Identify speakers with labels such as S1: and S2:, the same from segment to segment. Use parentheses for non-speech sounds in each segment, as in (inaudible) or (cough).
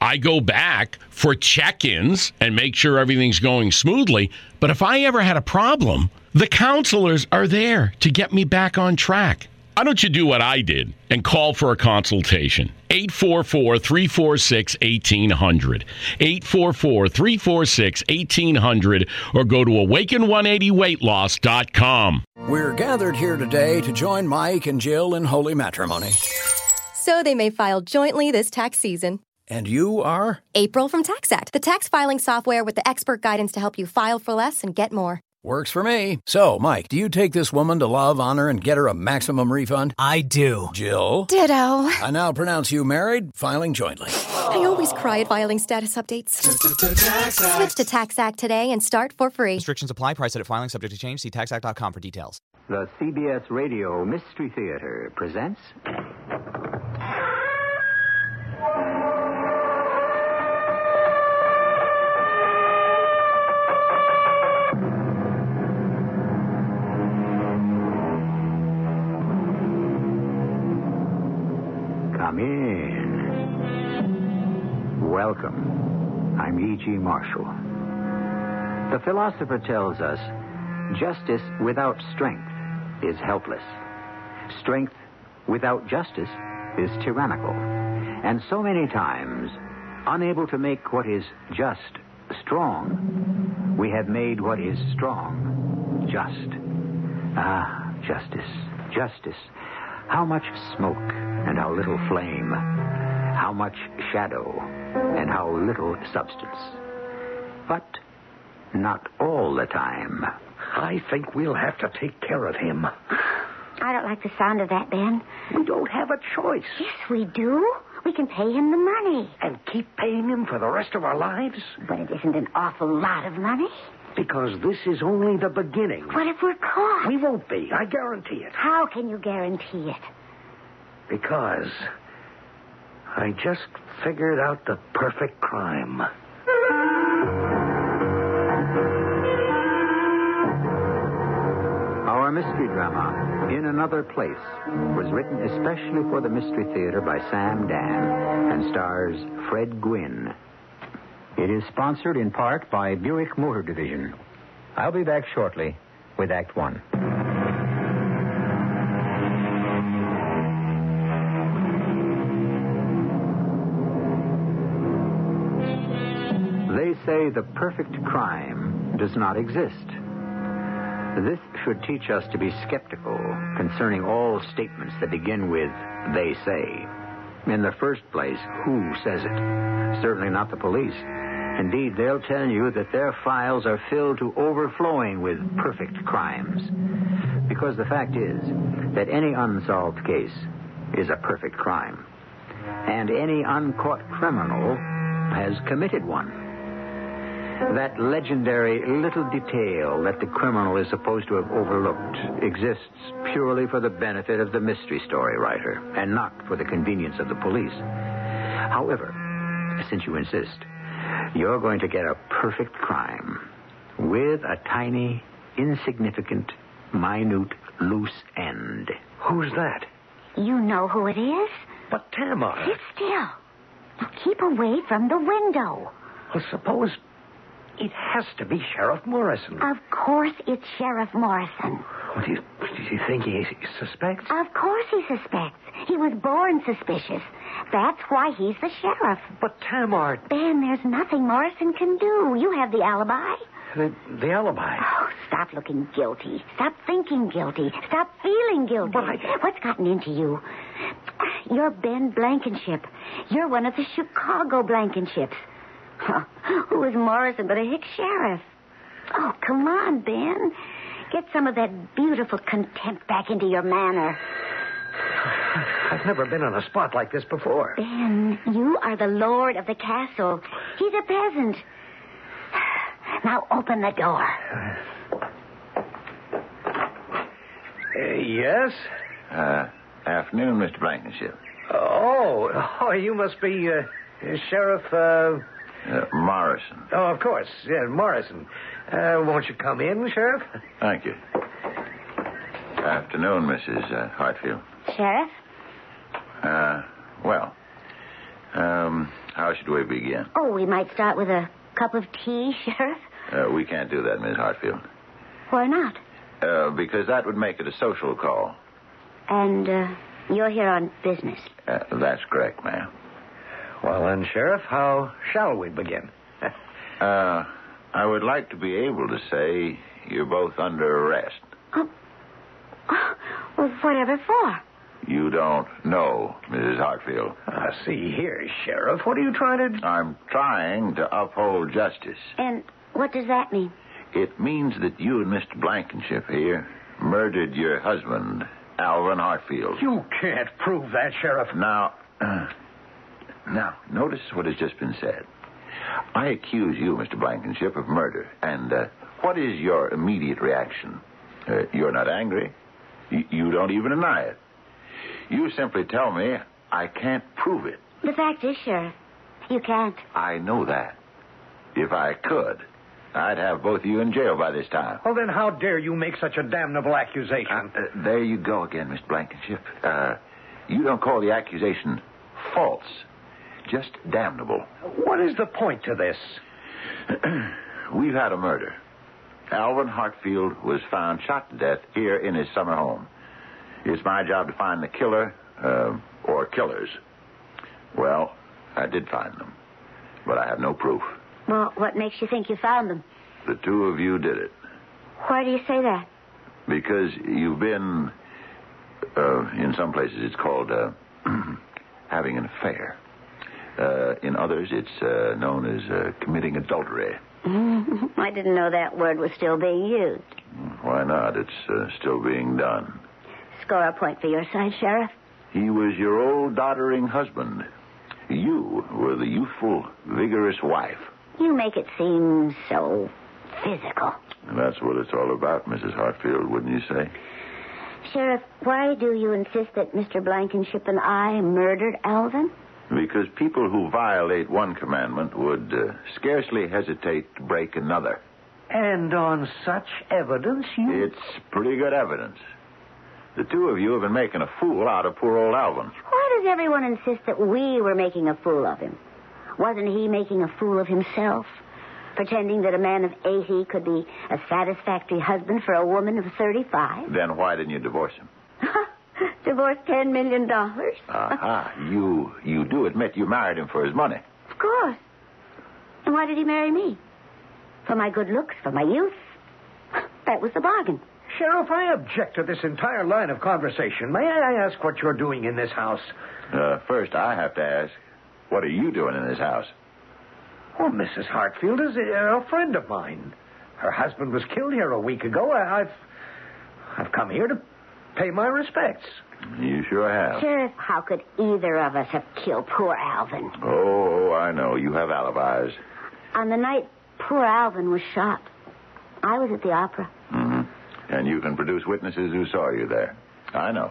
S1: I go back for check ins and make sure everything's going smoothly. But if I ever had a problem, the counselors are there to get me back on track. Why don't you do what I did and call for a consultation? 844 346 1800. 844 346 1800 or go to awaken180weightloss.com.
S2: We're gathered here today to join Mike and Jill in holy matrimony.
S3: So they may file jointly this tax season.
S2: And you are?
S3: April from TaxAct, the tax filing software with the expert guidance to help you file for less and get more.
S2: Works for me. So, Mike, do you take this woman to love, honor, and get her a maximum refund?
S4: I do.
S2: Jill,
S3: Ditto.
S2: I now pronounce you married, filing jointly.
S3: I always cry at filing status updates. Switch to TaxAct today and start for free.
S4: Restrictions apply. Price set at filing subject to change. See taxact.com for details.
S5: The CBS Radio Mystery Theater presents. Come in. Welcome. I'm E.G. Marshall. The philosopher tells us justice without strength is helpless, strength without justice is tyrannical. And so many times, unable to make what is just strong, we have made what is strong just. Ah, justice, justice. How much smoke and how little flame. How much shadow and how little substance. But not all the time.
S6: I think we'll have to take care of him.
S7: I don't like the sound of that, Ben.
S6: We don't have a choice.
S7: Yes, we do. We can pay him the money.
S6: And keep paying him for the rest of our lives?
S7: But it isn't an awful lot of money.
S6: Because this is only the beginning.
S7: What if we're caught?
S6: We won't be. I guarantee it.
S7: How can you guarantee it?
S6: Because I just figured out the perfect crime.
S5: Our mystery drama, In Another Place, was written especially for the Mystery Theater by Sam Dan and stars Fred Gwynn. It is sponsored in part by Buick Motor Division. I'll be back shortly with Act One. They say the perfect crime does not exist. This should teach us to be skeptical concerning all statements that begin with, they say. In the first place, who says it? Certainly not the police. Indeed, they'll tell you that their files are filled to overflowing with perfect crimes. Because the fact is that any unsolved case is a perfect crime. And any uncaught criminal has committed one. That legendary little detail that the criminal is supposed to have overlooked exists purely for the benefit of the mystery story writer and not for the convenience of the police. However, since you insist, you're going to get a perfect crime with a tiny, insignificant, minute, loose end. Who's that?
S7: You know who it is?
S6: But Tamar.
S7: Sit still. Now keep away from the window.
S6: Well, suppose it has to be Sheriff Morrison.
S7: Of course it's Sheriff Morrison.
S6: What do you, do you think he suspects?
S7: Of course he suspects. He was born suspicious. That's why he's the sheriff.
S6: But Tamar,
S7: Ben, there's nothing Morrison can do. You have the alibi.
S6: the, the alibi.
S7: Oh, stop looking guilty. Stop thinking guilty. Stop feeling guilty.
S6: But I-
S7: What's gotten into you? You're Ben Blankenship. You're one of the Chicago Blankenships. (laughs) Who is Morrison but a hick sheriff? Oh, come on, Ben. Get some of that beautiful contempt back into your manner.
S6: I've never been on a spot like this before.
S7: Ben, you are the lord of the castle. He's a peasant. (sighs) Now open the door.
S6: Uh, yes?
S8: Uh, afternoon, Mr. Blankenship.
S6: Oh, oh, you must be uh, Sheriff. Uh...
S8: Uh, Morrison.
S6: Oh, of course. Yeah, Morrison. Uh, won't you come in, Sheriff?
S8: Thank you. Afternoon, Mrs. Uh, Hartfield.
S7: Sheriff?
S8: Uh, well, um, how should we begin?
S7: Oh, we might start with a cup of tea, (laughs) Sheriff.
S8: Uh, we can't do that, Miss Hartfield,
S7: Why not?
S8: uh, because that would make it a social call.
S7: And uh, you're here on business.
S8: Uh, that's correct, ma'am.
S6: Well, then, Sheriff, how shall we begin? (laughs)
S8: Uh, I would like to be able to say you're both under arrest.
S7: (laughs) Well, whatever for?
S8: You don't know, Mrs. Hartfield.
S6: Ah, see here, Sheriff. What are you trying to.
S8: I'm trying to uphold justice.
S7: And what does that mean?
S8: It means that you and Mr. Blankenship here murdered your husband, Alvin Hartfield.
S6: You can't prove that, Sheriff.
S8: Now, (clears throat) uh, now, notice what has just been said. I accuse you, Mr. Blankenship, of murder. And uh, what is your immediate reaction? Uh, you're not angry. Y- you don't even deny it. You simply tell me I can't prove it.
S7: The fact is, Sheriff, you can't.
S8: I know that. If I could, I'd have both of you in jail by this time.
S6: Well, then, how dare you make such a damnable accusation?
S8: Uh, uh, there you go again, Miss Blankenship. Uh, you don't call the accusation false, just damnable.
S6: what is the point to this?
S8: (clears throat) We've had a murder. Alvin Hartfield was found shot to death here in his summer home. It's my job to find the killer uh, or killers. Well, I did find them, but I have no proof.
S7: Well, what makes you think you found them?
S8: The two of you did it
S7: Why do you say that?
S8: because you've been, uh, in some places it's called uh, (clears throat) having an affair. Uh, in others, it's uh, known as uh, committing adultery.
S7: (laughs) I didn't know that word was still being used.
S8: Why not? It's uh, still being done.
S7: Score a point for your side, Sheriff.
S8: He was your old doddering husband. You were the youthful, vigorous wife.
S7: You make it seem so physical.
S8: And that's what it's all about, Mrs. Hartfield, wouldn't you say?
S7: Sheriff, why do you insist that Mr. Blankenship and I murdered Alvin?
S8: Because people who violate one commandment would uh, scarcely hesitate to break another.
S6: And on such evidence, you.
S8: It's pretty good evidence. The two of you have been making a fool out of poor old Alvin.
S7: Why does everyone insist that we were making a fool of him? Wasn't he making a fool of himself? Pretending that a man of 80 could be a satisfactory husband for a woman of 35?
S8: Then why didn't you divorce him?
S7: (laughs) Divorced $10 million?
S8: Aha, you you do admit you married him for his money.
S7: Of course. And why did he marry me? for my good looks, for my youth. That was the bargain.
S6: Sheriff, I object to this entire line of conversation. May I ask what you're doing in this house?
S8: Uh, first, I have to ask, what are you doing in this house?
S6: Well, Mrs. Hartfield is uh, a, a friend of mine. Her husband was killed here a week ago. I, I've, I've come here to pay my respects.
S8: You sure have.
S7: Sheriff, how could either of us have killed poor Alvin?
S8: Oh, oh, I know. You have alibis.
S7: On the night poor Alvin was shot, I was at the opera.
S8: And you can produce witnesses who saw you there. I know.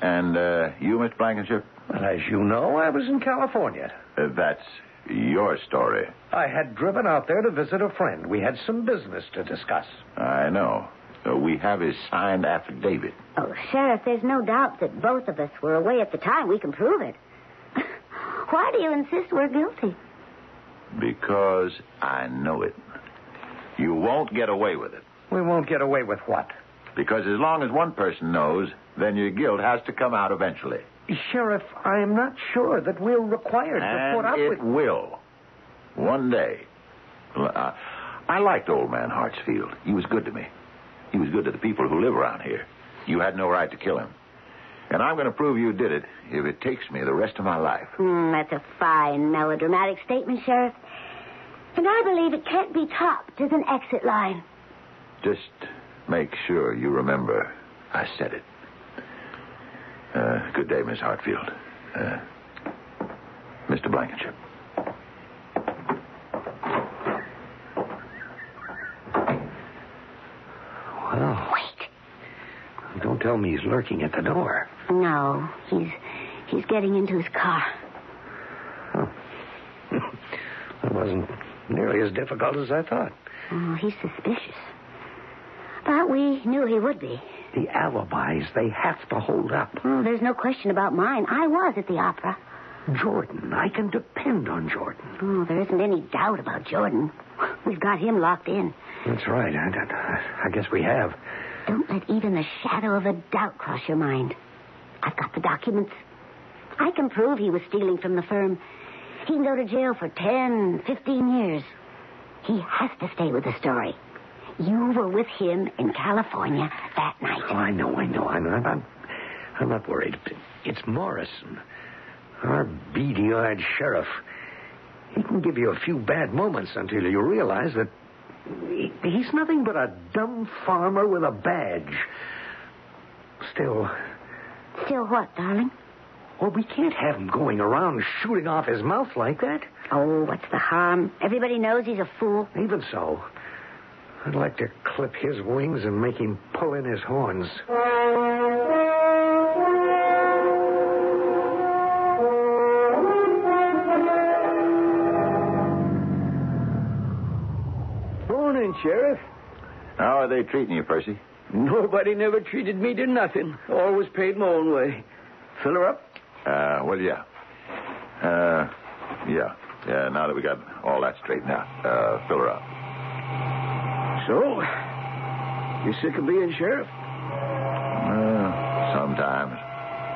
S8: And uh, you, Mr. Blankenship?
S6: Well, as you know, I was in California.
S8: Uh, that's your story.
S6: I had driven out there to visit a friend. We had some business to discuss.
S8: I know. Uh, we have his signed affidavit.
S7: Oh, Sheriff, there's no doubt that both of us were away at the time. We can prove it. (laughs) Why do you insist we're guilty?
S8: Because I know it. You won't get away with it.
S6: We won't get away with what?
S8: Because as long as one person knows, then your guilt has to come out eventually.
S6: Sheriff, I'm not sure that
S8: (laughs)
S6: we're required to put up
S8: and it
S6: with.
S8: will. One day. L- I, I liked old man Hartsfield. He was good to me. He was good to the people who live around here. You had no right to kill him. And I'm going to prove you did it if it takes me the rest of my life.
S7: Hmm, that's a fine melodramatic statement, Sheriff. And I believe it can't be topped as an exit line.
S8: Just make sure you remember I said it. Uh, good day, Miss Hartfield. Uh, Mr. Blankenship.
S6: Well, wait. Don't tell me he's lurking at the door.
S7: No, he's he's getting into his car.
S6: That wasn't nearly as difficult as I thought.
S7: Oh, he's suspicious. But we knew he would be.
S6: The alibis, they have to hold up.
S7: Oh, there's no question about mine. I was at the opera.
S6: Jordan, I can depend on Jordan.
S7: Oh, there isn't any doubt about Jordan. We've got him locked in.
S6: That's right. I, I- I guess we have.
S7: Don't let even the shadow of a doubt cross your mind. I've got the documents. I can prove he was stealing from the firm. He can go to jail for ten, fifteen years. He has to stay with the story. You were with him in California that night.
S6: Oh, I know, I know. I'm, I'm, I'm, I'm not worried. It's Morrison, our beady eyed sheriff. He can give you a few bad moments until you realize that he- he's nothing but a dumb farmer with a badge. Still,
S7: Still what, darling?
S6: well, we can't have him going around shooting off his mouth like that.
S7: Oh, what's the harm? Everybody knows he's a fool.
S6: Even so, I'd like to clip his wings and make him pull in his horns.
S9: Morning, Sheriff.
S8: How are they treating you, Percy?
S9: Nobody never treated me to nothing. Always paid my own way. Fill her up?
S8: Uh, well, yeah. Uh, yeah. Yeah, now that we got all that straightened out, uh, fill her up.
S9: So, you sick of being sheriff?
S8: Uh, sometimes.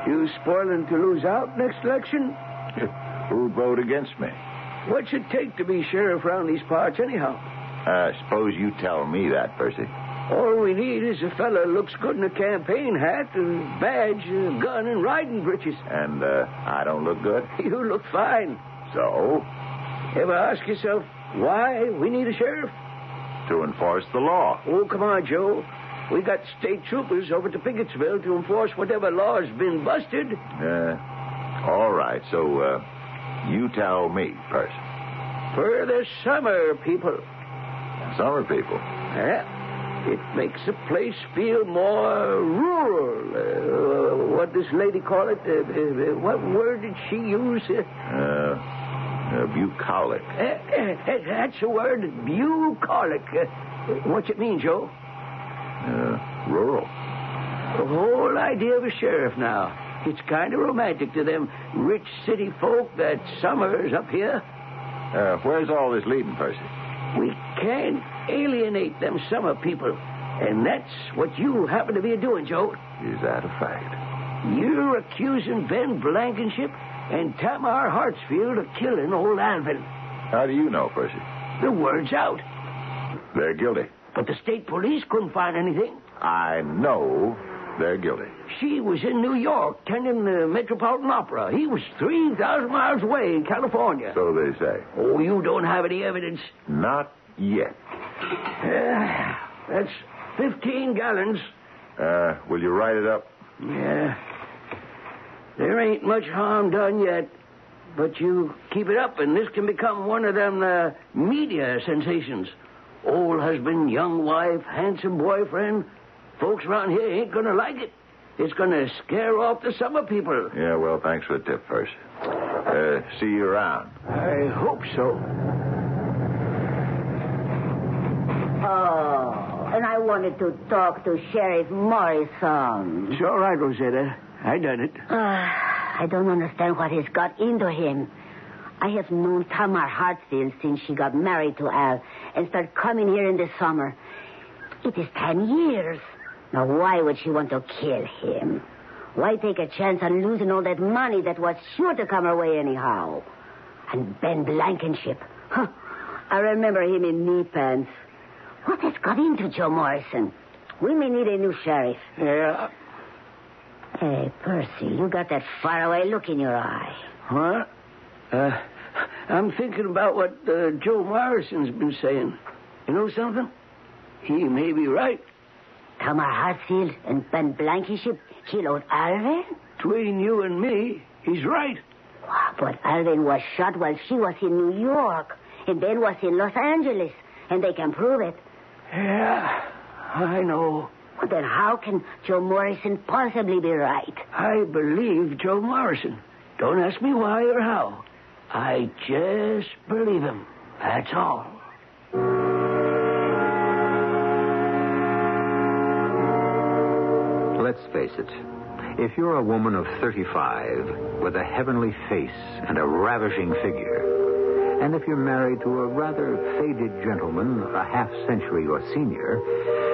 S9: You spoiling to lose out next
S8: (laughs)
S9: election?
S8: Who vote against me?
S9: What's it take to be sheriff round these parts, anyhow?
S8: Uh, suppose you tell me that, Percy.
S9: All we need is a fella looks good in a campaign hat, a badge, a gun, and riding breeches.
S8: And, uh, I don't look good?
S9: (laughs) You look fine.
S8: So?
S9: Ever ask yourself why we need a sheriff?
S8: To enforce the law.
S9: Oh, come on, Joe. We got state troopers over to Pickettsville to enforce whatever law's been busted.
S8: Uh, all right, so, uh, you tell me, Percy.
S9: For the summer, people.
S8: Summer people.
S9: Yeah. It makes a place feel more rural. Uh, what does lady call it? Uh, uh, uh, what word did she use? Uh,
S8: Uh, uh, bucolic.
S9: uh, uh, that's the word, bucolic. Uh, what's it mean, Joe?
S8: Uh, rural.
S9: The whole idea of a sheriff now. It's kind of romantic to them rich city folk that summers up here.
S8: Uh, where's all this leading, Percy?
S9: We can alienate them summer people. And that's what you happen to be doing, Joe.
S8: Is that a fact?
S9: You're accusing Ben Blankenship and Tamar Hartsfield of killing old Alvin.
S8: How do you know, Percy?
S9: The word's out.
S8: They're guilty.
S9: But the state police couldn't find anything.
S8: I know they're guilty.
S9: She was in New York, attending the Metropolitan Opera. He was 3,000 miles away in California.
S8: So they say.
S9: Oh, you don't have any evidence.
S8: Not yet.
S9: Yeah, that's 15 gallons.
S8: Uh, will you write it up?
S9: Yeah. There ain't much harm done yet. But you keep it up, and this can become one of them uh, media sensations. Old husband, young wife, handsome boyfriend. Folks around here ain't going to like it. It's going to scare off the summer people.
S8: Yeah, well, thanks for the tip first. Uh, see you around.
S9: I hope so.
S7: Oh, and I wanted to talk to Sheriff Morrison.
S9: It's all right, Rosetta. I done it.
S7: Uh, I don't understand what has got into him. I have known Tamar Hartfield since she got married to Al and started coming here in the summer. It is ten years. Now, why would she want to kill him? Why take a chance on losing all that money that was sure to come her way anyhow? And Ben Blankenship. Huh. I remember him in knee pants. What has got into Joe Morrison? We may need a new sheriff.
S9: Yeah.
S7: Hey, Percy, you got that faraway look in your eye.
S9: Huh? Uh, I'm thinking about what uh, Joe Morrison's been saying. You know something? He may be right.
S7: Tamar Hartfield and Ben Blankenship killed Alvin?
S9: Between you and me, he's right.
S7: But Alvin was shot while she was in New York, and Ben was in Los Angeles, and they can prove it.
S9: Yeah, I know.
S7: Well, then how can Joe Morrison possibly be right?
S9: I believe Joe Morrison. Don't ask me why or how. I just believe him. That's all.
S5: Let's face it. If you're a woman of 35 with a heavenly face and a ravishing figure, and if you're married to a rather faded gentleman a half century your senior,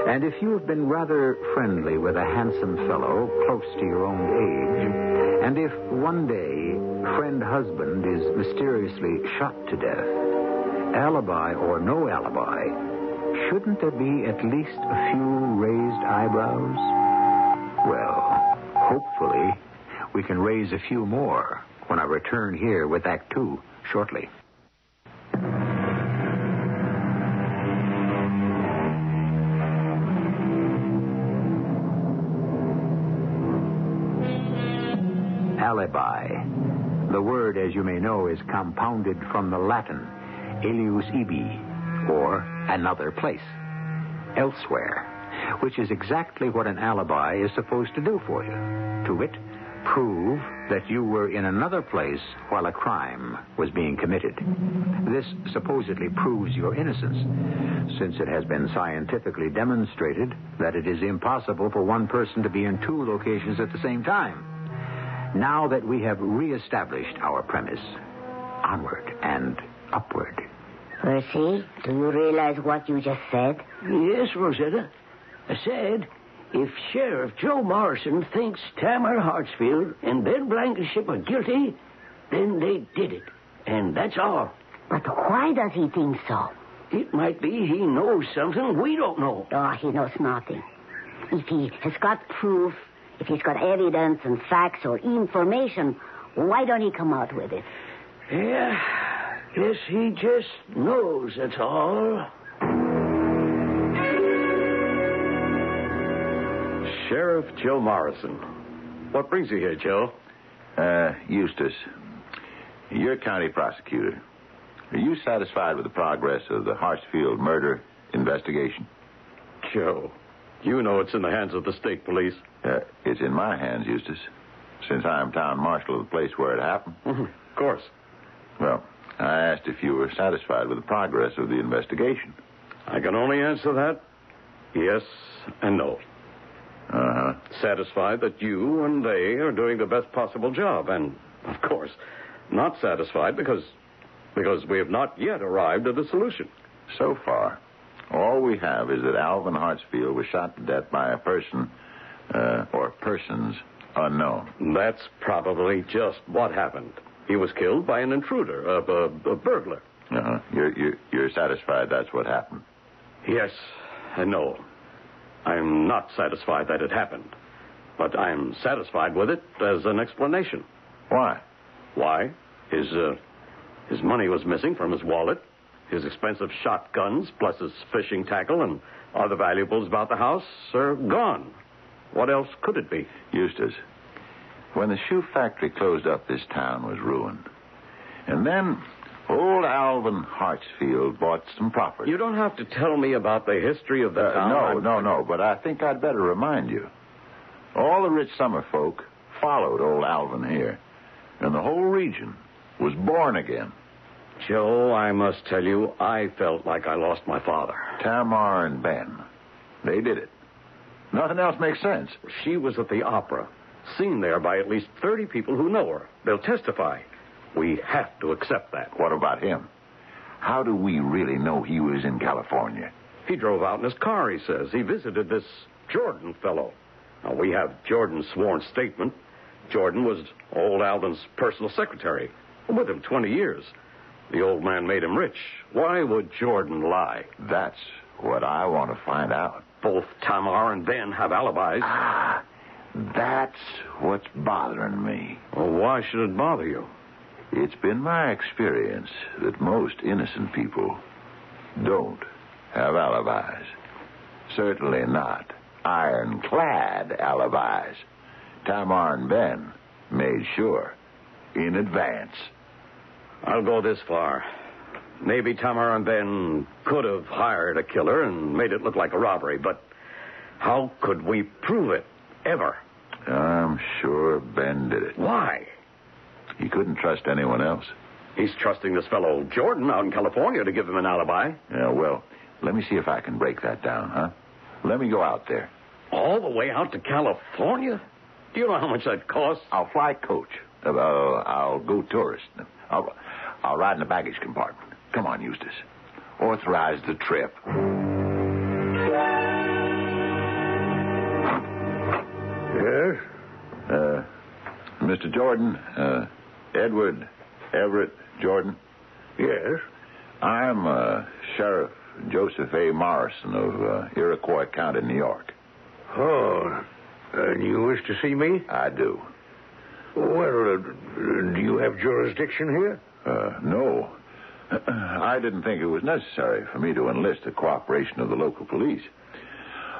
S5: and if you've been rather friendly with a handsome fellow close to your own age, and if one day friend husband is mysteriously shot to death, alibi or no alibi, shouldn't there be at least a few raised eyebrows? Well, hopefully, we can raise a few more when I return here with Act Two shortly. Alibi. The word, as you may know, is compounded from the Latin alius ibi, or another place, elsewhere which is exactly what an alibi is supposed to do for you. To wit, prove that you were in another place while a crime was being committed. This supposedly proves your innocence, since it has been scientifically demonstrated that it is impossible for one person to be in two locations at the same time. Now that we have reestablished our premise, onward and upward.
S7: Percy, do you realize what you just said?
S9: Yes, Rosetta. I said, if Sheriff Joe Morrison thinks Tamar Hartsfield and Ben Blankenship are guilty, then they did it. And that's all.
S7: But why does he think so?
S9: It might be he knows something we don't know.
S7: Oh, he knows nothing. If he has got proof, if he's got evidence and facts or information, why don't he come out with it?
S9: Yeah. Yes, he just knows, that's all.
S10: Sheriff Joe Morrison. What brings you here, Joe?
S8: Uh, Eustace, you're county prosecutor. Are you satisfied with the progress of the Harshfield murder investigation?
S10: Joe, you know it's in the hands of the state police.
S8: Uh, it's in my hands, Eustace, since I'm town marshal of the place where it happened.
S10: Mm-hmm. (laughs) Of course.
S8: Well, I asked if you were satisfied with the progress of the investigation.
S10: I can only answer that yes and no.
S8: Uh-huh.
S10: Satisfied that you and they are doing the best possible job, and of course, not satisfied because because we have not yet arrived at a solution.
S8: So far, all we have is that Alvin Hartsfield was shot to death by a person uh, or persons unknown.
S10: That's probably just what happened. He was killed by an intruder, a, a, a burglar.
S8: Uh-huh. You're, you're, you're satisfied that's what happened?
S10: Yes and no. I'm not satisfied that it happened, but I'm satisfied with it as an explanation.
S8: Why?
S10: Why? His, uh, his money was missing from his wallet, his expensive shotguns, plus his fishing tackle and other valuables about the house are gone. What else could it be?
S8: Eustace, when the shoe factory closed up, this town was ruined. And then old Alvin Hartsfield bought some property.
S10: You don't have to tell me about the history of the
S8: Uh,
S10: town.
S8: no,
S10: I'm-
S8: no, no, but I think I'd better remind you. All the rich summer folk followed old Alvin here, and the whole region was born again.
S10: Joe, I must tell you, I felt like I lost my father.
S8: Tamar and Ben, they did it. Nothing else makes sense.
S10: She was at the opera, seen there by at least 30 people who know her. They'll testify. We have to accept that.
S8: What about him? How do we really know he was in California?
S10: He drove out in his car, he says. He visited this Jordan fellow. Now, we have Jordan's sworn statement. Jordan was old Alvin's personal secretary, with him 20 years. The old man made him rich. Why would Jordan lie?
S8: That's what I want to find out.
S10: Both Tamar and Ben have alibis.
S8: Ah, that's what's bothering me.
S10: Well, why should it bother you?
S8: It's been my experience that most innocent people don't have alibis. Certainly not ironclad alibis. Tamar and Ben made sure in advance.
S10: I'll go this far. Maybe Tamar and Ben could have hired a killer and made it look like a robbery, but how could we prove it ever?
S8: I'm sure Ben did it.
S10: Why?
S8: He couldn't trust anyone else.
S10: He's trusting this fellow Jordan out in California to give him an alibi.
S8: Yeah, well, let me see if I can break that down, huh? Let me go out there.
S10: All the way out to California? Do you know how much that costs?
S8: I'll fly coach. Uh, I'll go tourist. I'll, I'll ride in the baggage compartment. Come on, Eustace. Authorize the trip. Yes? Uh, Mr. Jordan, uh, Edward Everett Jordan? Yes? I'm uh, Sheriff Joseph A. Morrison of uh, Iroquois County, New York.
S6: Oh, and you wish to see me?
S8: I do.
S6: Well, uh, do you have jurisdiction here?
S8: Uh, no. (clears throat) I didn't think it was necessary for me to enlist the cooperation of the local police.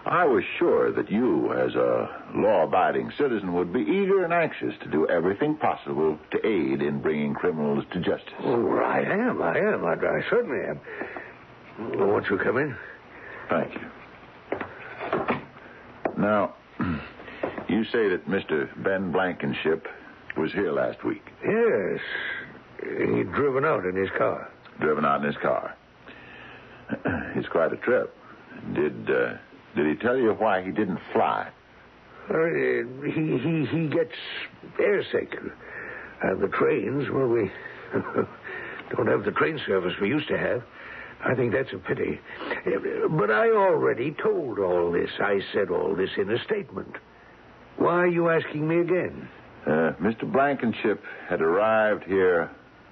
S8: I was sure that you, as a law abiding citizen, would be eager and anxious to do everything possible to aid in bringing criminals to justice.
S6: Oh, I am. I am. I, I certainly am. Well, Won't you come in?
S8: Thank you. Now, (clears throat) you say that Mr. Ben Blankenship was here last week,
S6: Yes. He'd driven out in his car.
S8: driven out in his car. (clears throat) it's quite a trip. Did, uh, did he tell you why he didn't fly?
S6: Uh, he, he, he gets airsick. And the trains, well, we (laughs) don't have the train service we used to have. I think that's a pity. Uh, But I already told all this. I said all this in a statement. Why are you asking me again?
S8: Uh, Mr. Blankenship had arrived here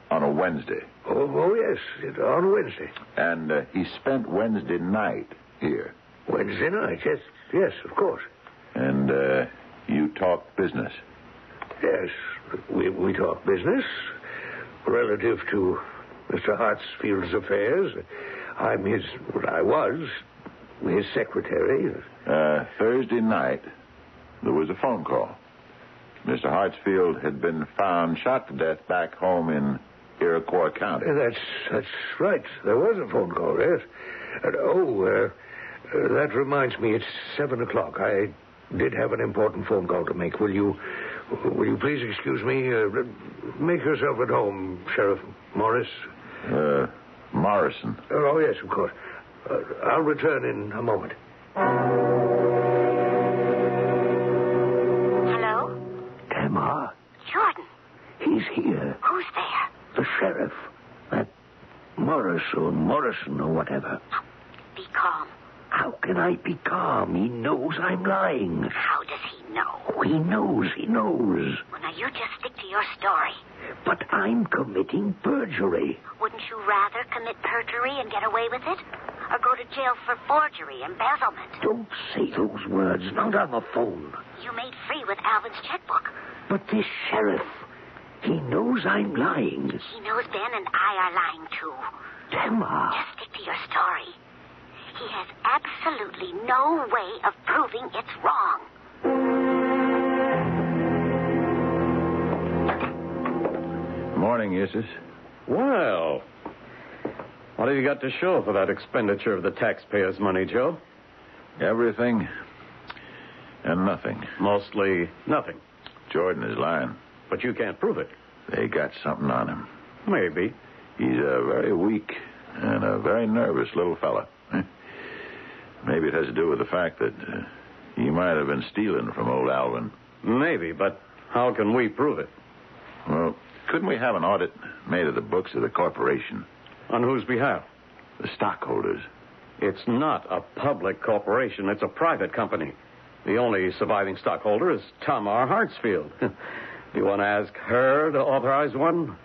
S8: on a Wednesday,
S6: Oh, oh yes, it- on Wednesday.
S8: and uh, he spent Wednesday night here.
S6: Wednesday night, yes, yes, of course.
S8: And uh, you talked business.
S6: Yes, we, we talk business relative to Mr. Hartsfield's affairs. I'm his, well, I was his secretary.
S8: Uh, Thursday night, there was a phone call. Mr. Hartsfield had been found shot to death back home in Iroquois County.
S6: That's that's right. There was a phone call, yes. And, oh, uh, uh, that reminds me, it's seven o'clock. I did have an important phone call to make. Will you, will you please excuse me? Uh, make yourself at home, Sheriff Morris.
S8: Uh, Morrison.
S6: Oh yes, of course. Uh, I'll return in a moment.
S7: Hello?
S6: Tamar,
S7: Jordan,
S6: he's here.
S7: who's there?
S6: The sheriff. That Morris or Morrison or whatever.
S7: Be calm.
S6: How can I be calm? He knows I'm lying.
S7: How does he know?
S6: Oh, he knows, he knows.
S7: Well, now you just stick to your story.
S6: But I'm committing perjury.
S7: Wouldn't you rather commit perjury and get away with it? or go to jail for forgery, embezzlement.
S6: Don't say those words. Not on the phone.
S7: You made free with Alvin's checkbook.
S6: But this sheriff, he knows I'm lying.
S7: He knows Ben and I are lying too.
S6: Emma.
S7: Just stick to your story. He has absolutely no way of proving it's wrong.
S8: Morning, Eustace.
S10: Well, what have you got to show for that expenditure of the taxpayers' money, Joe?
S8: Everything and nothing.
S10: Mostly nothing.
S8: Jordan is lying.
S10: But you can't prove it.
S8: They got something on him.
S10: Maybe.
S8: He's a very weak and a very nervous little fella. Eh? Maybe it has to do with the fact that uh, he might have been stealing from old Alvin.
S10: Maybe, but how can we prove it?
S8: Well, couldn't we have an audit made of the books of the corporation?
S10: On whose behalf?
S8: The stockholders.
S10: It's not a public corporation, it's a private company. The only surviving stockholder is Tamar Hartsfield. (laughs) Do you want to ask her to authorize one?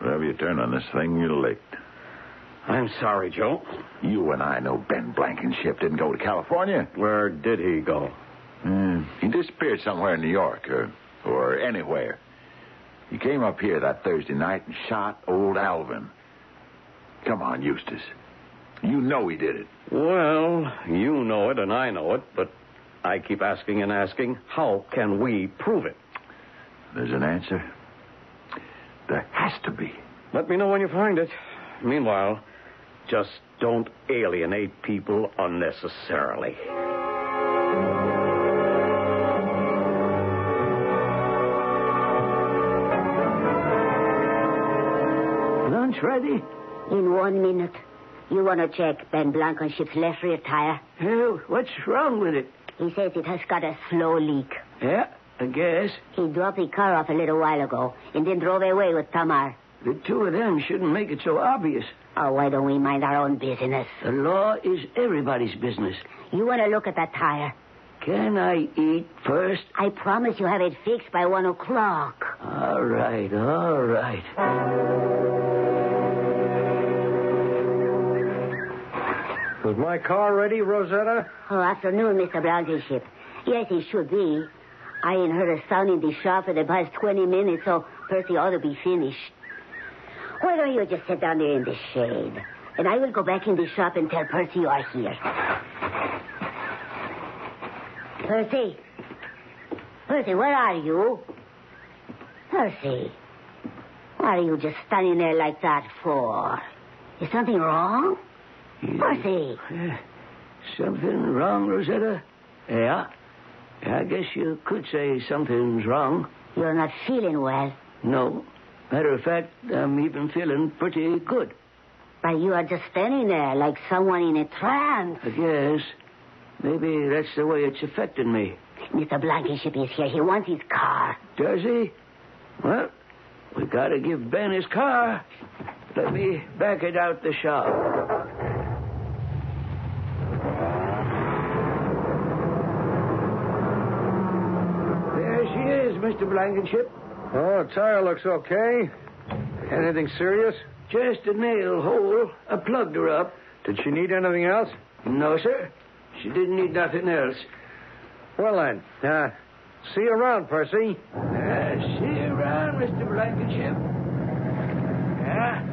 S8: Whenever you turn on this thing, you're licked.
S10: I'm sorry, Joe.
S8: You and I know Ben Blankenship didn't go to California.
S10: Where did he go?
S8: Hmm, he disappeared somewhere in New York or, or anywhere. He came up here that Thursday night and shot old Alvin. Come on, Eustace. You know he did it.
S10: Well, you know it and I know it, but I keep asking and asking, how can we prove it?
S8: There's an answer. There has to be.
S10: Let me know when you find it. Meanwhile, just don't alienate people unnecessarily.
S9: Lunch ready?
S7: In one minute. You want to check Ben Blankenship's left rear tire?
S9: Oh, what's wrong with it?
S7: He says it has got a slow leak.
S9: Yeah, I guess.
S7: He dropped the car off a little while ago and then drove away with Tamar.
S9: The two of them shouldn't make it so obvious.
S7: Oh, why don't we mind our own business?
S9: The law is everybody's business.
S7: You want to look at that tire?
S9: Can I eat first?
S7: I promise you have it fixed by one o'clock.
S9: All right, all right.
S11: Is my car ready, Rosetta?
S7: Oh, afternoon, Mr. Blankenship. Yes, it should be. I ain't heard a sound in the shop for the past 20 minutes, so Percy ought to be finished. Why don't you just sit down there in the shade? And I will go back in the shop and tell Percy you are here. Percy. Percy, where are you? Percy. What are you just standing there like that for? Is something wrong? Percy.
S9: Uh, something wrong, Rosetta? Yeah. I guess you could say something's wrong.
S7: You're not feeling well.
S9: No. Matter of fact, I'm even feeling pretty good.
S7: But you are just standing there like someone in a trance.
S9: I guess. Maybe that's the way it's affecting me.
S7: Mr. Blankenship is here. He wants his car.
S9: Does he? Well, we gotta give Ben his car. Let me back it out the shop. There she is, Mr. Blankenship.
S11: Oh, the tire looks okay. Anything serious?
S9: Just a nail hole. I plugged her up.
S11: Did she need anything else?
S9: No, sir. She didn't need nothing else.
S11: Well, then, uh, see you around, Percy.
S9: Uh, see you around, Mr. Blankenship. Eh, Yeah?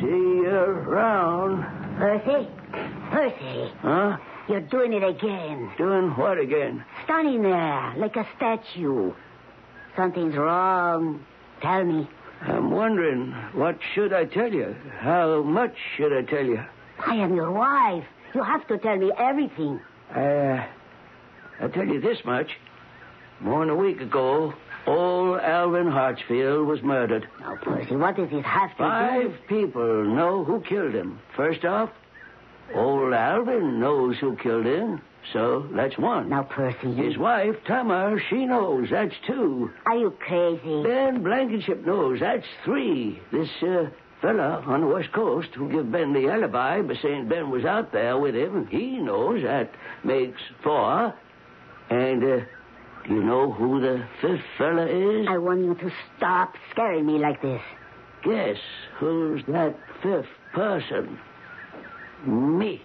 S9: See you around.
S7: Percy? Percy.
S9: Huh?
S7: You're doing it again.
S9: Doing what again?
S7: Standing there like a statue. Something's wrong. Tell me.
S9: I'm wondering, what should I tell you? How much should I tell you?
S7: I am your wife. You have to tell me everything.
S9: Uh, I'll tell you this much. More than a week ago, old Alvin Hartsfield was murdered.
S7: Now, Percy, what does this have to
S9: Five
S7: do?
S9: people know who killed him. First off, old Alvin knows who killed him, so that's one.
S7: Now, Percy.
S9: His wife, Tamar, she knows. That's two.
S7: Are you crazy?
S9: Ben Blankenship knows. That's three. This uh, fella on the West Coast who gave Ben the alibi by saying Ben was out there with him, he knows. That makes four. And uh, do you know who the fifth fella is?
S7: I want you to stop scaring me like this.
S9: Guess who's that fifth person? Me.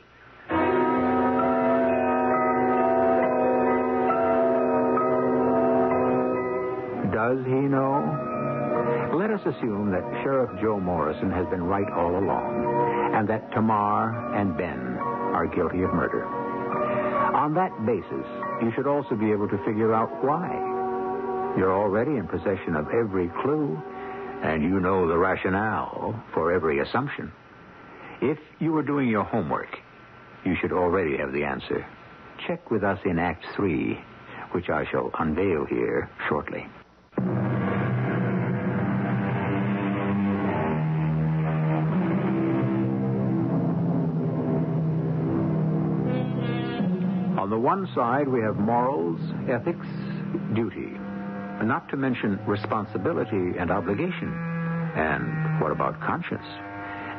S5: Does he know? Let us assume that Sheriff Joe Morrison has been right all along, and that Tamar and Ben are guilty of murder. On that basis, you should also be able to figure out why. You're already in possession of every clue, and you know the rationale for every assumption. If you were doing your homework, you should already have the answer. Check with us in Act 3, which I shall unveil here shortly. On the one side, we have morals, ethics, duty, not to mention responsibility and obligation. And what about conscience?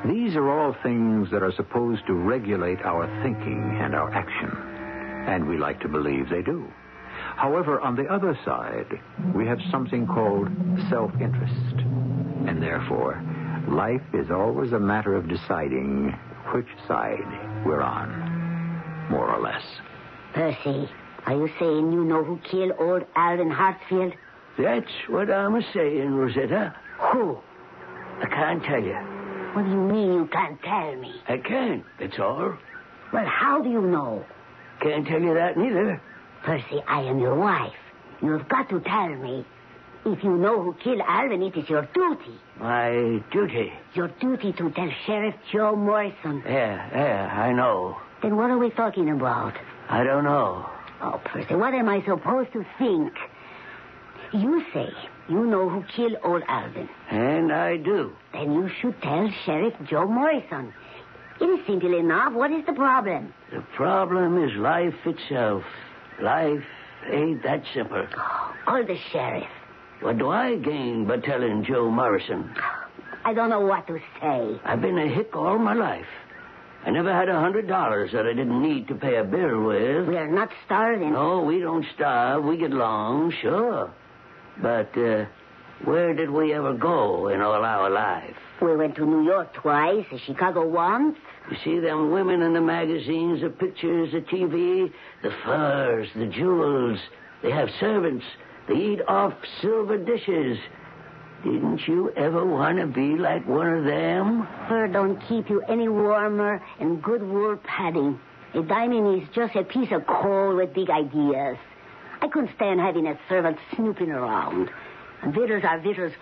S5: These are all things that are supposed to regulate our thinking and our action. And we like to believe they do. However, on the other side, we have something called self interest. And therefore, life is always a matter of deciding which side we're on, more or less.
S7: Percy, are you saying you know who killed old Alden Hartfield?
S9: That's what I'm saying, Rosetta. Who? I can't tell you.
S7: What do you mean you can't tell me?
S9: I can't, that's all.
S7: Well, how do you know?
S9: Can't tell you that neither.
S7: Percy, I am your wife. You've got to tell me. If you know who killed Alvin, it is your duty.
S9: My duty.
S7: Your duty to tell Sheriff Joe Morrison.
S9: Yeah, yeah, I know.
S7: Then what are we talking about?
S9: I don't know.
S7: Oh, Percy, what am I supposed to think? You say you know who killed old Alvin.
S9: And I do.
S7: Then you should tell Sheriff Joe Morrison. It is simple enough. What is the problem?
S9: The problem is life itself. Life ain't that simple.
S7: Call the sheriff.
S9: What do I gain by telling Joe Morrison?
S7: I don't know what to say.
S9: I've been a hick all my life. I never had a hundred dollars that I didn't need to pay a bill with.
S7: We are not starving.
S9: No, we don't starve. We get along, sure. But uh, where did we ever go in all our life?
S7: We went to New York twice, Chicago once.
S9: You see them women in the magazines, the pictures, the TV, the furs, the jewels. They have servants. They eat off silver dishes. Didn't you ever want to be like one of them?
S7: Fur don't keep you any warmer and good wool padding. A diamond is just a piece of coal with big ideas. I couldn't stand having a servant snooping around. Victuals are victuals,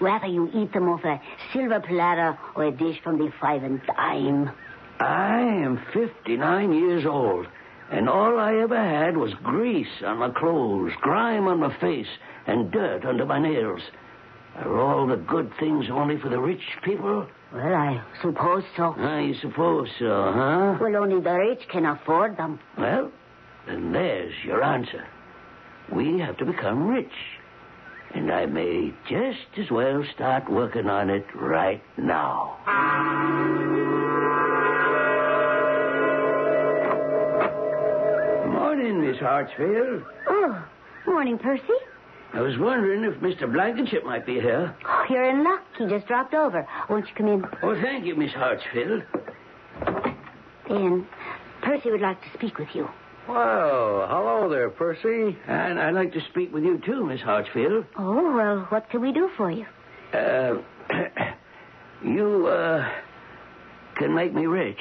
S7: whether you eat them off a silver platter or a dish from the five and dime.
S9: I am 59 years old, and all I ever had was grease on my clothes, grime on my face, and dirt under my nails. Are all the good things only for the rich people?
S7: Well, I suppose so.
S9: Ah, you suppose so, huh?
S7: Well, only the rich can afford them.
S9: Well, then there's your answer. We have to become rich. And I may just as well start working on it right now. Morning, Miss Hartsfield.
S7: Oh, morning, Percy.
S9: I was wondering if Mr. Blankenship might be here.
S7: Oh, you're in luck. He just dropped over. Won't you come in?
S9: Oh, thank you, Miss Hartsfield.
S7: In. Percy would like to speak with you.
S9: Well, hello there, Percy. And I'd like to speak with you, too, Miss Hartsfield.
S7: Oh, well, what can we do for you?
S9: Uh, (coughs) you, uh, can make me rich.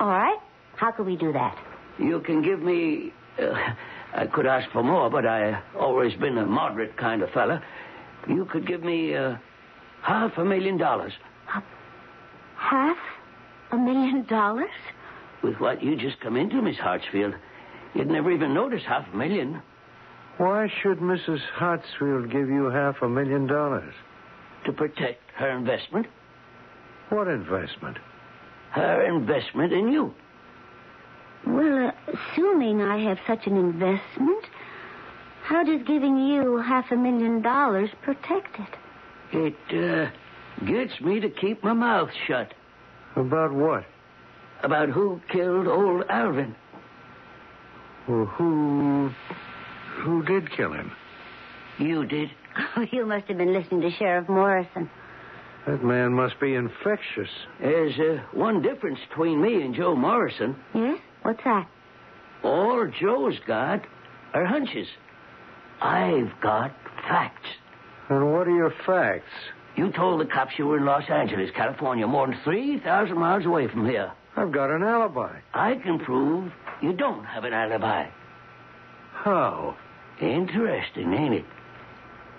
S7: All right. How can we do that?
S9: You can give me. Uh, I could ask for more, but I always been a moderate kind of fella. You could give me uh, half a million dollars.
S7: Half a million dollars?
S9: With what you just come into, Miss Hartsfield, you'd never even notice half a million.
S11: Why should Mrs. Hartsfield give you half a million dollars?
S9: To protect her investment,
S11: What investment?
S9: her investment in you.
S7: Well, uh, assuming I have such an investment, how does giving you half a million dollars protect it?
S9: It uh, gets me to keep my mouth shut
S11: About what?
S9: about who killed old Alvin.
S11: Well, who. Who did kill him?
S9: You did.
S7: (laughs) Oh, you must have been listening to Sheriff Morrison.
S11: That man must be infectious.
S9: There's uh, one difference between me and Joe Morrison.
S7: Yes? What's that?
S9: All Joe's got are hunches. I've got facts.
S11: And what are your facts?
S9: You told the cops you were in Los Angeles, California, more than 3,000 miles away from here.
S11: I've got an alibi.
S9: I can prove you don't have an alibi.
S11: How?
S9: Interesting, ain't it?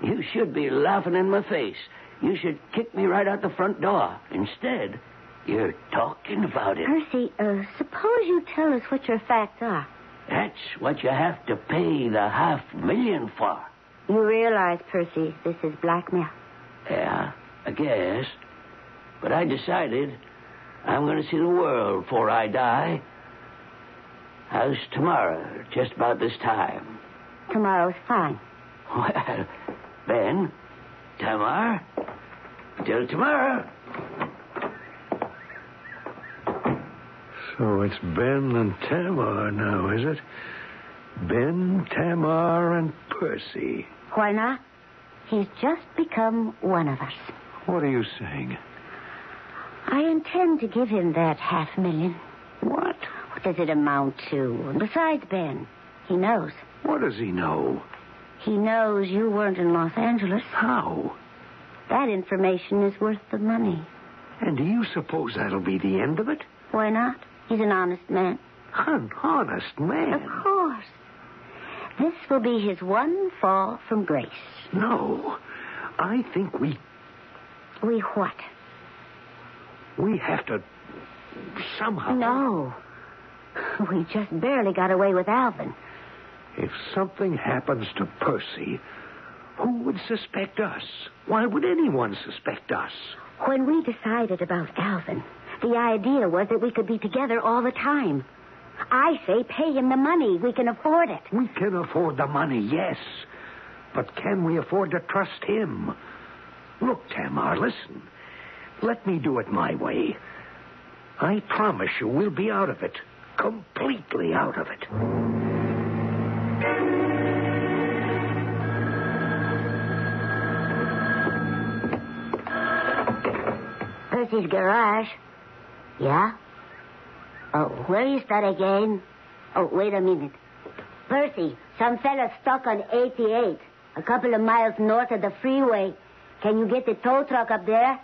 S9: You should be laughing in my face. You should kick me right out the front door. Instead, you're talking about it.
S7: Percy, uh, suppose you tell us what your facts are.
S9: That's what you have to pay the half million for.
S7: You realize, Percy, this is blackmail.
S9: Yeah, I guess. But I decided I'm going to see the world before I die. How's tomorrow, just about this time? (laughs)
S7: Tomorrow's fine.
S9: Well, Ben, Tamar, till tomorrow.
S11: So Oh, it's Ben and Tamar now, is it? Ben, Tamar, and Percy.
S7: Why not? He's just become one of us.
S11: What are you saying?
S7: I intend to give him that half million. What? What does it amount to? And Besides Ben, he knows.
S11: What does he know?
S7: He knows you weren't in Los Angeles.
S11: How?
S7: That information is worth the money.
S11: And do you suppose that'll be the end of it?
S7: Why not? He's an honest man.
S11: An honest man.
S7: Of course. This will be his one fall from grace.
S11: No. I think we
S7: We what?
S11: we have to somehow.
S7: No. We just barely got away with Alvin.
S11: If something happens to Percy, who would suspect us? Why would anyone suspect us?
S7: When we decided about Alvin, the idea was that we could be together all the time. I say pay him the money. We can afford it.
S11: We can afford the money, yes. But can we afford to trust him? Look, Tamar, listen. Let me do it my way. I promise you we'll be out of it. Completely out of it.
S7: Percy's garage. Yeah? Oh, where is that again? Oh, wait a minute. Percy, some fella stuck on 88, a couple of miles north of the freeway. Can you get the tow truck up there?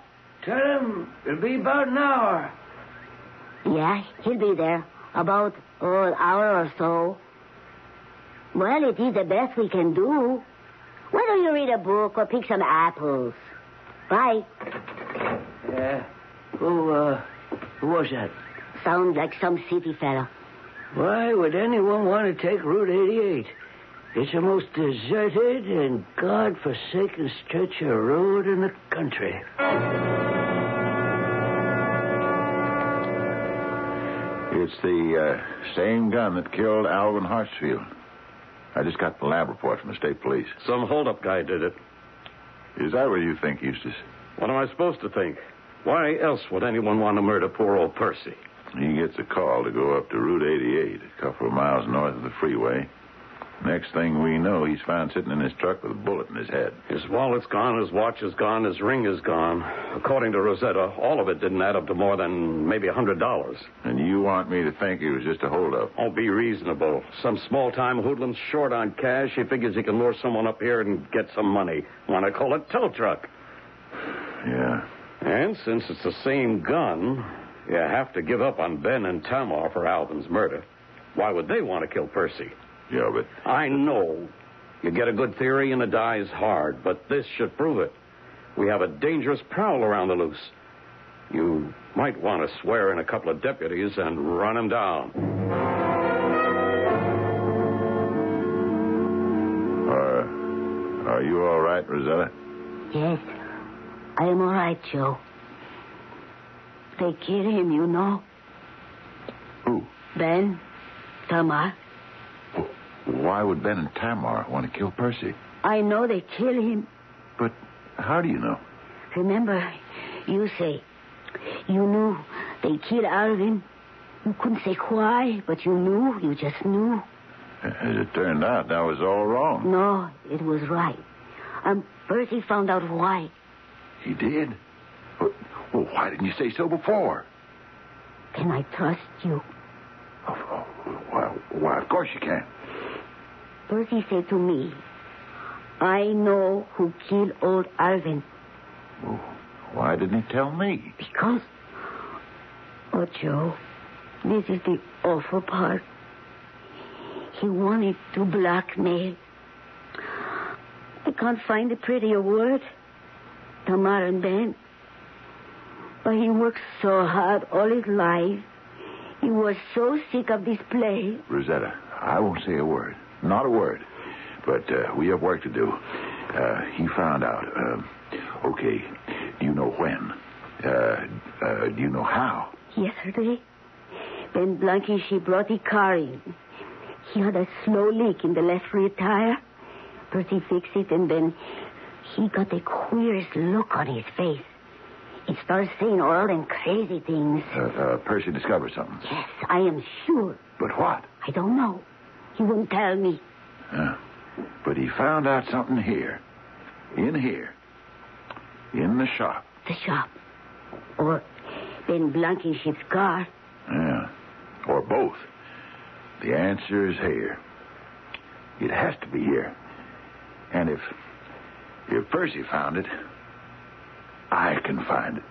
S9: Tell him it'll be about an hour.
S7: Yeah, he'll be there. About oh, an hour or so. Well, it is the best we can do. Why don't you read a book or pick some apples? Bye.
S9: Yeah. Who, uh, who was that?
S7: Sounds like some city fella.
S9: Why would anyone want to take Route 88? It's the most deserted and godforsaken stretch of road in the country.
S8: It's the uh, same gun that killed Alvin Hartsfield. I just got the lab report from the state police.
S10: Some holdup guy did it.
S8: Is that what you think, Eustace?
S10: What am I supposed to think? Why else would anyone want to murder poor old Percy?
S8: He gets a call to go up to Route 88, a couple of miles north of the freeway. Next thing we know, he's found sitting in his truck with a bullet in his head.
S10: His wallet's gone, his watch is gone, his ring is gone. According to Rosetta, all of it didn't add up to more than maybe a hundred dollars.
S8: And you want me to think it was just a holdup?
S10: Oh, be reasonable. Some small time hoodlum's short on cash. He figures he can lure someone up here and get some money. Want to call it tow truck.
S8: Yeah.
S10: And since it's the same gun, you have to give up on Ben and Tamar for Alvin's murder. Why would they want to kill Percy?
S8: Yeah, but
S10: I know. You get a good theory and it dies hard, but this should prove it. We have a dangerous prowl around the loose. You might want to swear in a couple of deputies and run him down.
S8: Are, are you all right, Rosetta?
S7: Yes. I am all right, Joe. They killed him, you know.
S8: Who?
S7: Ben, Tamar.
S8: Why would Ben and Tamar want to kill Percy?
S7: I know they killed him.
S8: But how do you know?
S7: Remember, you say you knew they killed Alvin. You couldn't say why, but you knew. You just knew.
S8: As it turned out, that was all wrong.
S7: No, it was right. And Percy found out why.
S8: He did? Well, why didn't you say so before?
S7: Can I trust you?
S8: Why, why of course you can.
S7: Bertie said to me, I know who killed old Alvin
S8: Why didn't he tell me?
S7: because. Oh, Joe, this is the awful part. He wanted to blackmail. I can't find a prettier word. Tamar and Ben. But he worked so hard all his life. He was so sick of this play.
S8: Rosetta, I won't say a word. Not a word. But uh, we have work to do. Uh, he found out. Uh, okay. Do you know when? Uh, uh, do you know how?
S7: Yesterday, Ben Blankenship brought the car in. He had a slow leak in the left rear tire. Percy fixed it, and then he got the queerest look on his face. He started saying all them crazy things.
S8: Uh, uh, Percy discovered something.
S7: Yes, I am sure.
S8: But what?
S7: I don't know. He won't tell me.
S8: Uh, but he found out something here. In here. In the shop.
S7: The shop. Or Ben Blankenship's car.
S8: Yeah. Or both. The answer is here. It has to be here. And if if Percy found it, I can find it.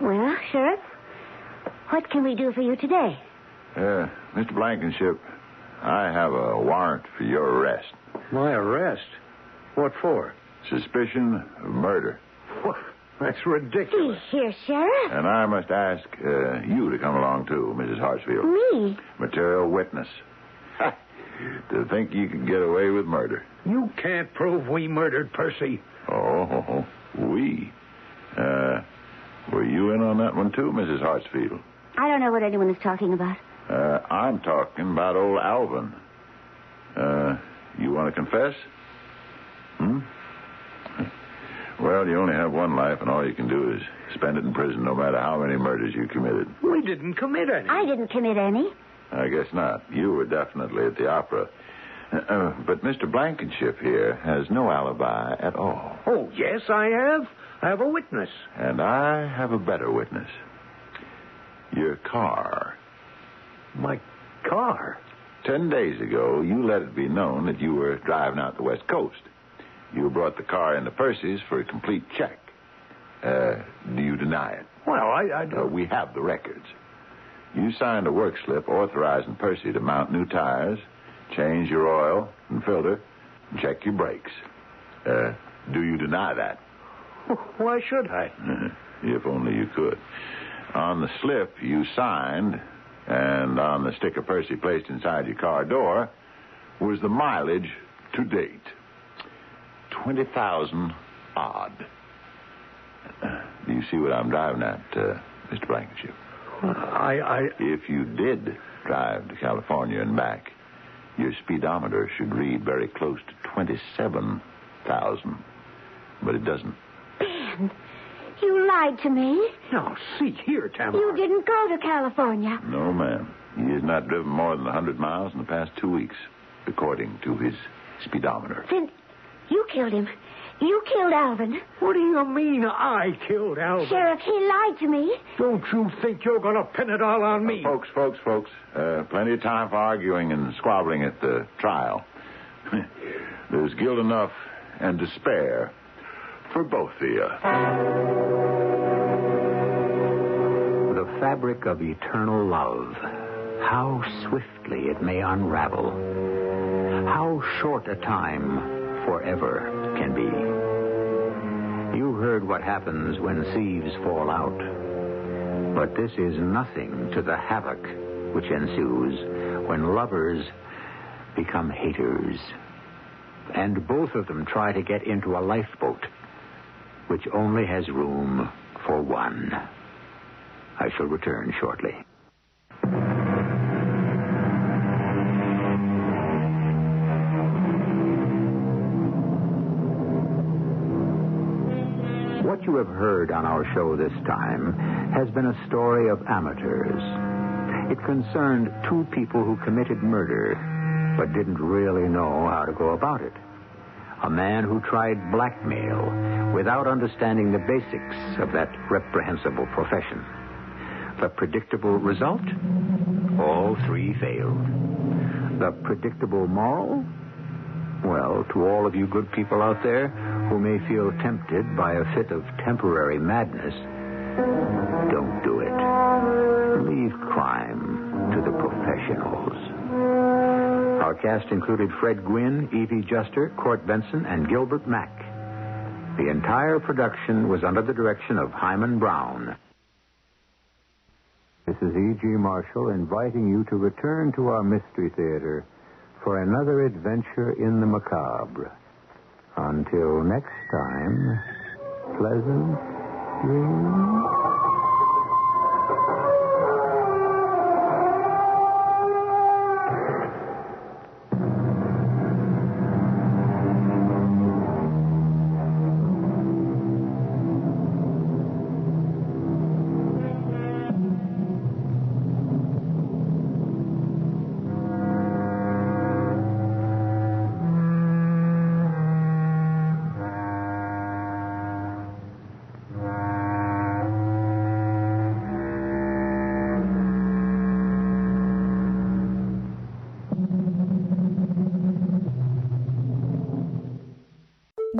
S7: Well, Sheriff, what can we do for you today?
S8: Uh, Mr. Blankenship, I have a warrant for your arrest.
S11: My arrest? What for?
S8: Suspicion of murder.
S11: (laughs) That's ridiculous.
S7: Here, Sheriff.
S8: And I must ask uh, you to come along too, Mrs. Hartsfield.
S7: Me?
S8: Material witness. to think you could get away with murder.
S11: You can't prove we murdered Percy.
S8: Oh, we. Uh, were you in on that one too, Mrs. Hartsfield?
S7: I don't know what anyone is talking about.
S8: Uh, I'm talking about old Alvin. Uh, you want to confess? Hmm? Well, you only have one life, and all you can do is spend it in prison no matter how many murders you committed.
S11: We didn't commit any.
S7: I didn't commit any.
S8: I guess not. You were definitely at the opera. (clears throat) Uh, but Mr. Blankenship here has no alibi at all.
S11: Oh, yes, I have. (laughs) I have a witness.
S8: And I have a better witness. Your car.
S11: My car?
S8: Ten days ago, you let it be known that you were driving out the West Coast. You brought the car into Percy's for a complete check. Uh, do you deny it?
S11: Well, I. I...
S8: Uh, we have the records. You signed a work slip authorizing Percy to mount new tires, change your oil and filter, and check your brakes. Uh, do you deny that?
S11: Why should I?
S8: if only you could. On the slip you signed, and on the sticker Percy placed inside your car door, was the mileage to date 20,000 odd. Uh, Do you see what I'm driving at, uh, Mr. Blankenship?
S11: I, I.
S8: If you did drive to California and back, your speedometer should read very close to 27,000. But it doesn't.
S7: Ben, you lied to me.
S11: Now, see here, Tamara.
S7: You didn't go to California.
S8: No, ma'am. He has not driven more than 100 miles in the past two weeks, according to his speedometer.
S7: Then you killed him. You killed Alvin.
S11: What do you mean I killed Alvin?
S7: Sheriff, he lied to me.
S11: Don't you think you're going to pin it all on me?
S8: Uh, folks, folks, folks, uh, plenty of time for arguing and squabbling at the trial. (laughs) There's guilt enough and to spare for both of you.
S5: The fabric of eternal love. How swiftly it may unravel. How short a time forever can be. You heard what happens when sieves fall out. But this is nothing to the havoc which ensues when lovers become haters. And both of them try to get into a lifeboat which only has room for one. I shall return shortly. What you have heard on our show this time has been a story of amateurs. It concerned two people who committed murder but didn't really know how to go about it. A man who tried blackmail without understanding the basics of that reprehensible profession. The predictable result? All three failed. The predictable moral? Well, to all of you good people out there who may feel tempted by a fit of temporary madness, don't do it. Leave crime to the professionals. Our cast included Fred Gwynn, Evie Juster, Court Benson, and Gilbert Mack. The entire production was under the direction of Hyman Brown. This is E.G. Marshall inviting you to return to our Mystery Theater for another adventure in the macabre. Until next time, pleasant dreams.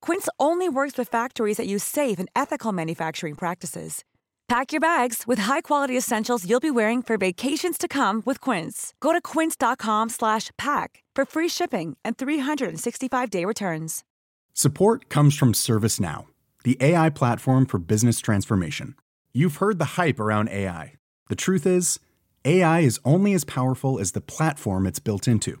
S12: Quince only works with factories that use safe and ethical manufacturing practices. Pack your bags with high-quality essentials you'll be wearing for vacations to come with Quince. Go to quince.com/pack for free shipping and 365-day returns.
S13: Support comes from ServiceNow, the AI platform for business transformation. You've heard the hype around AI. The truth is, AI is only as powerful as the platform it's built into.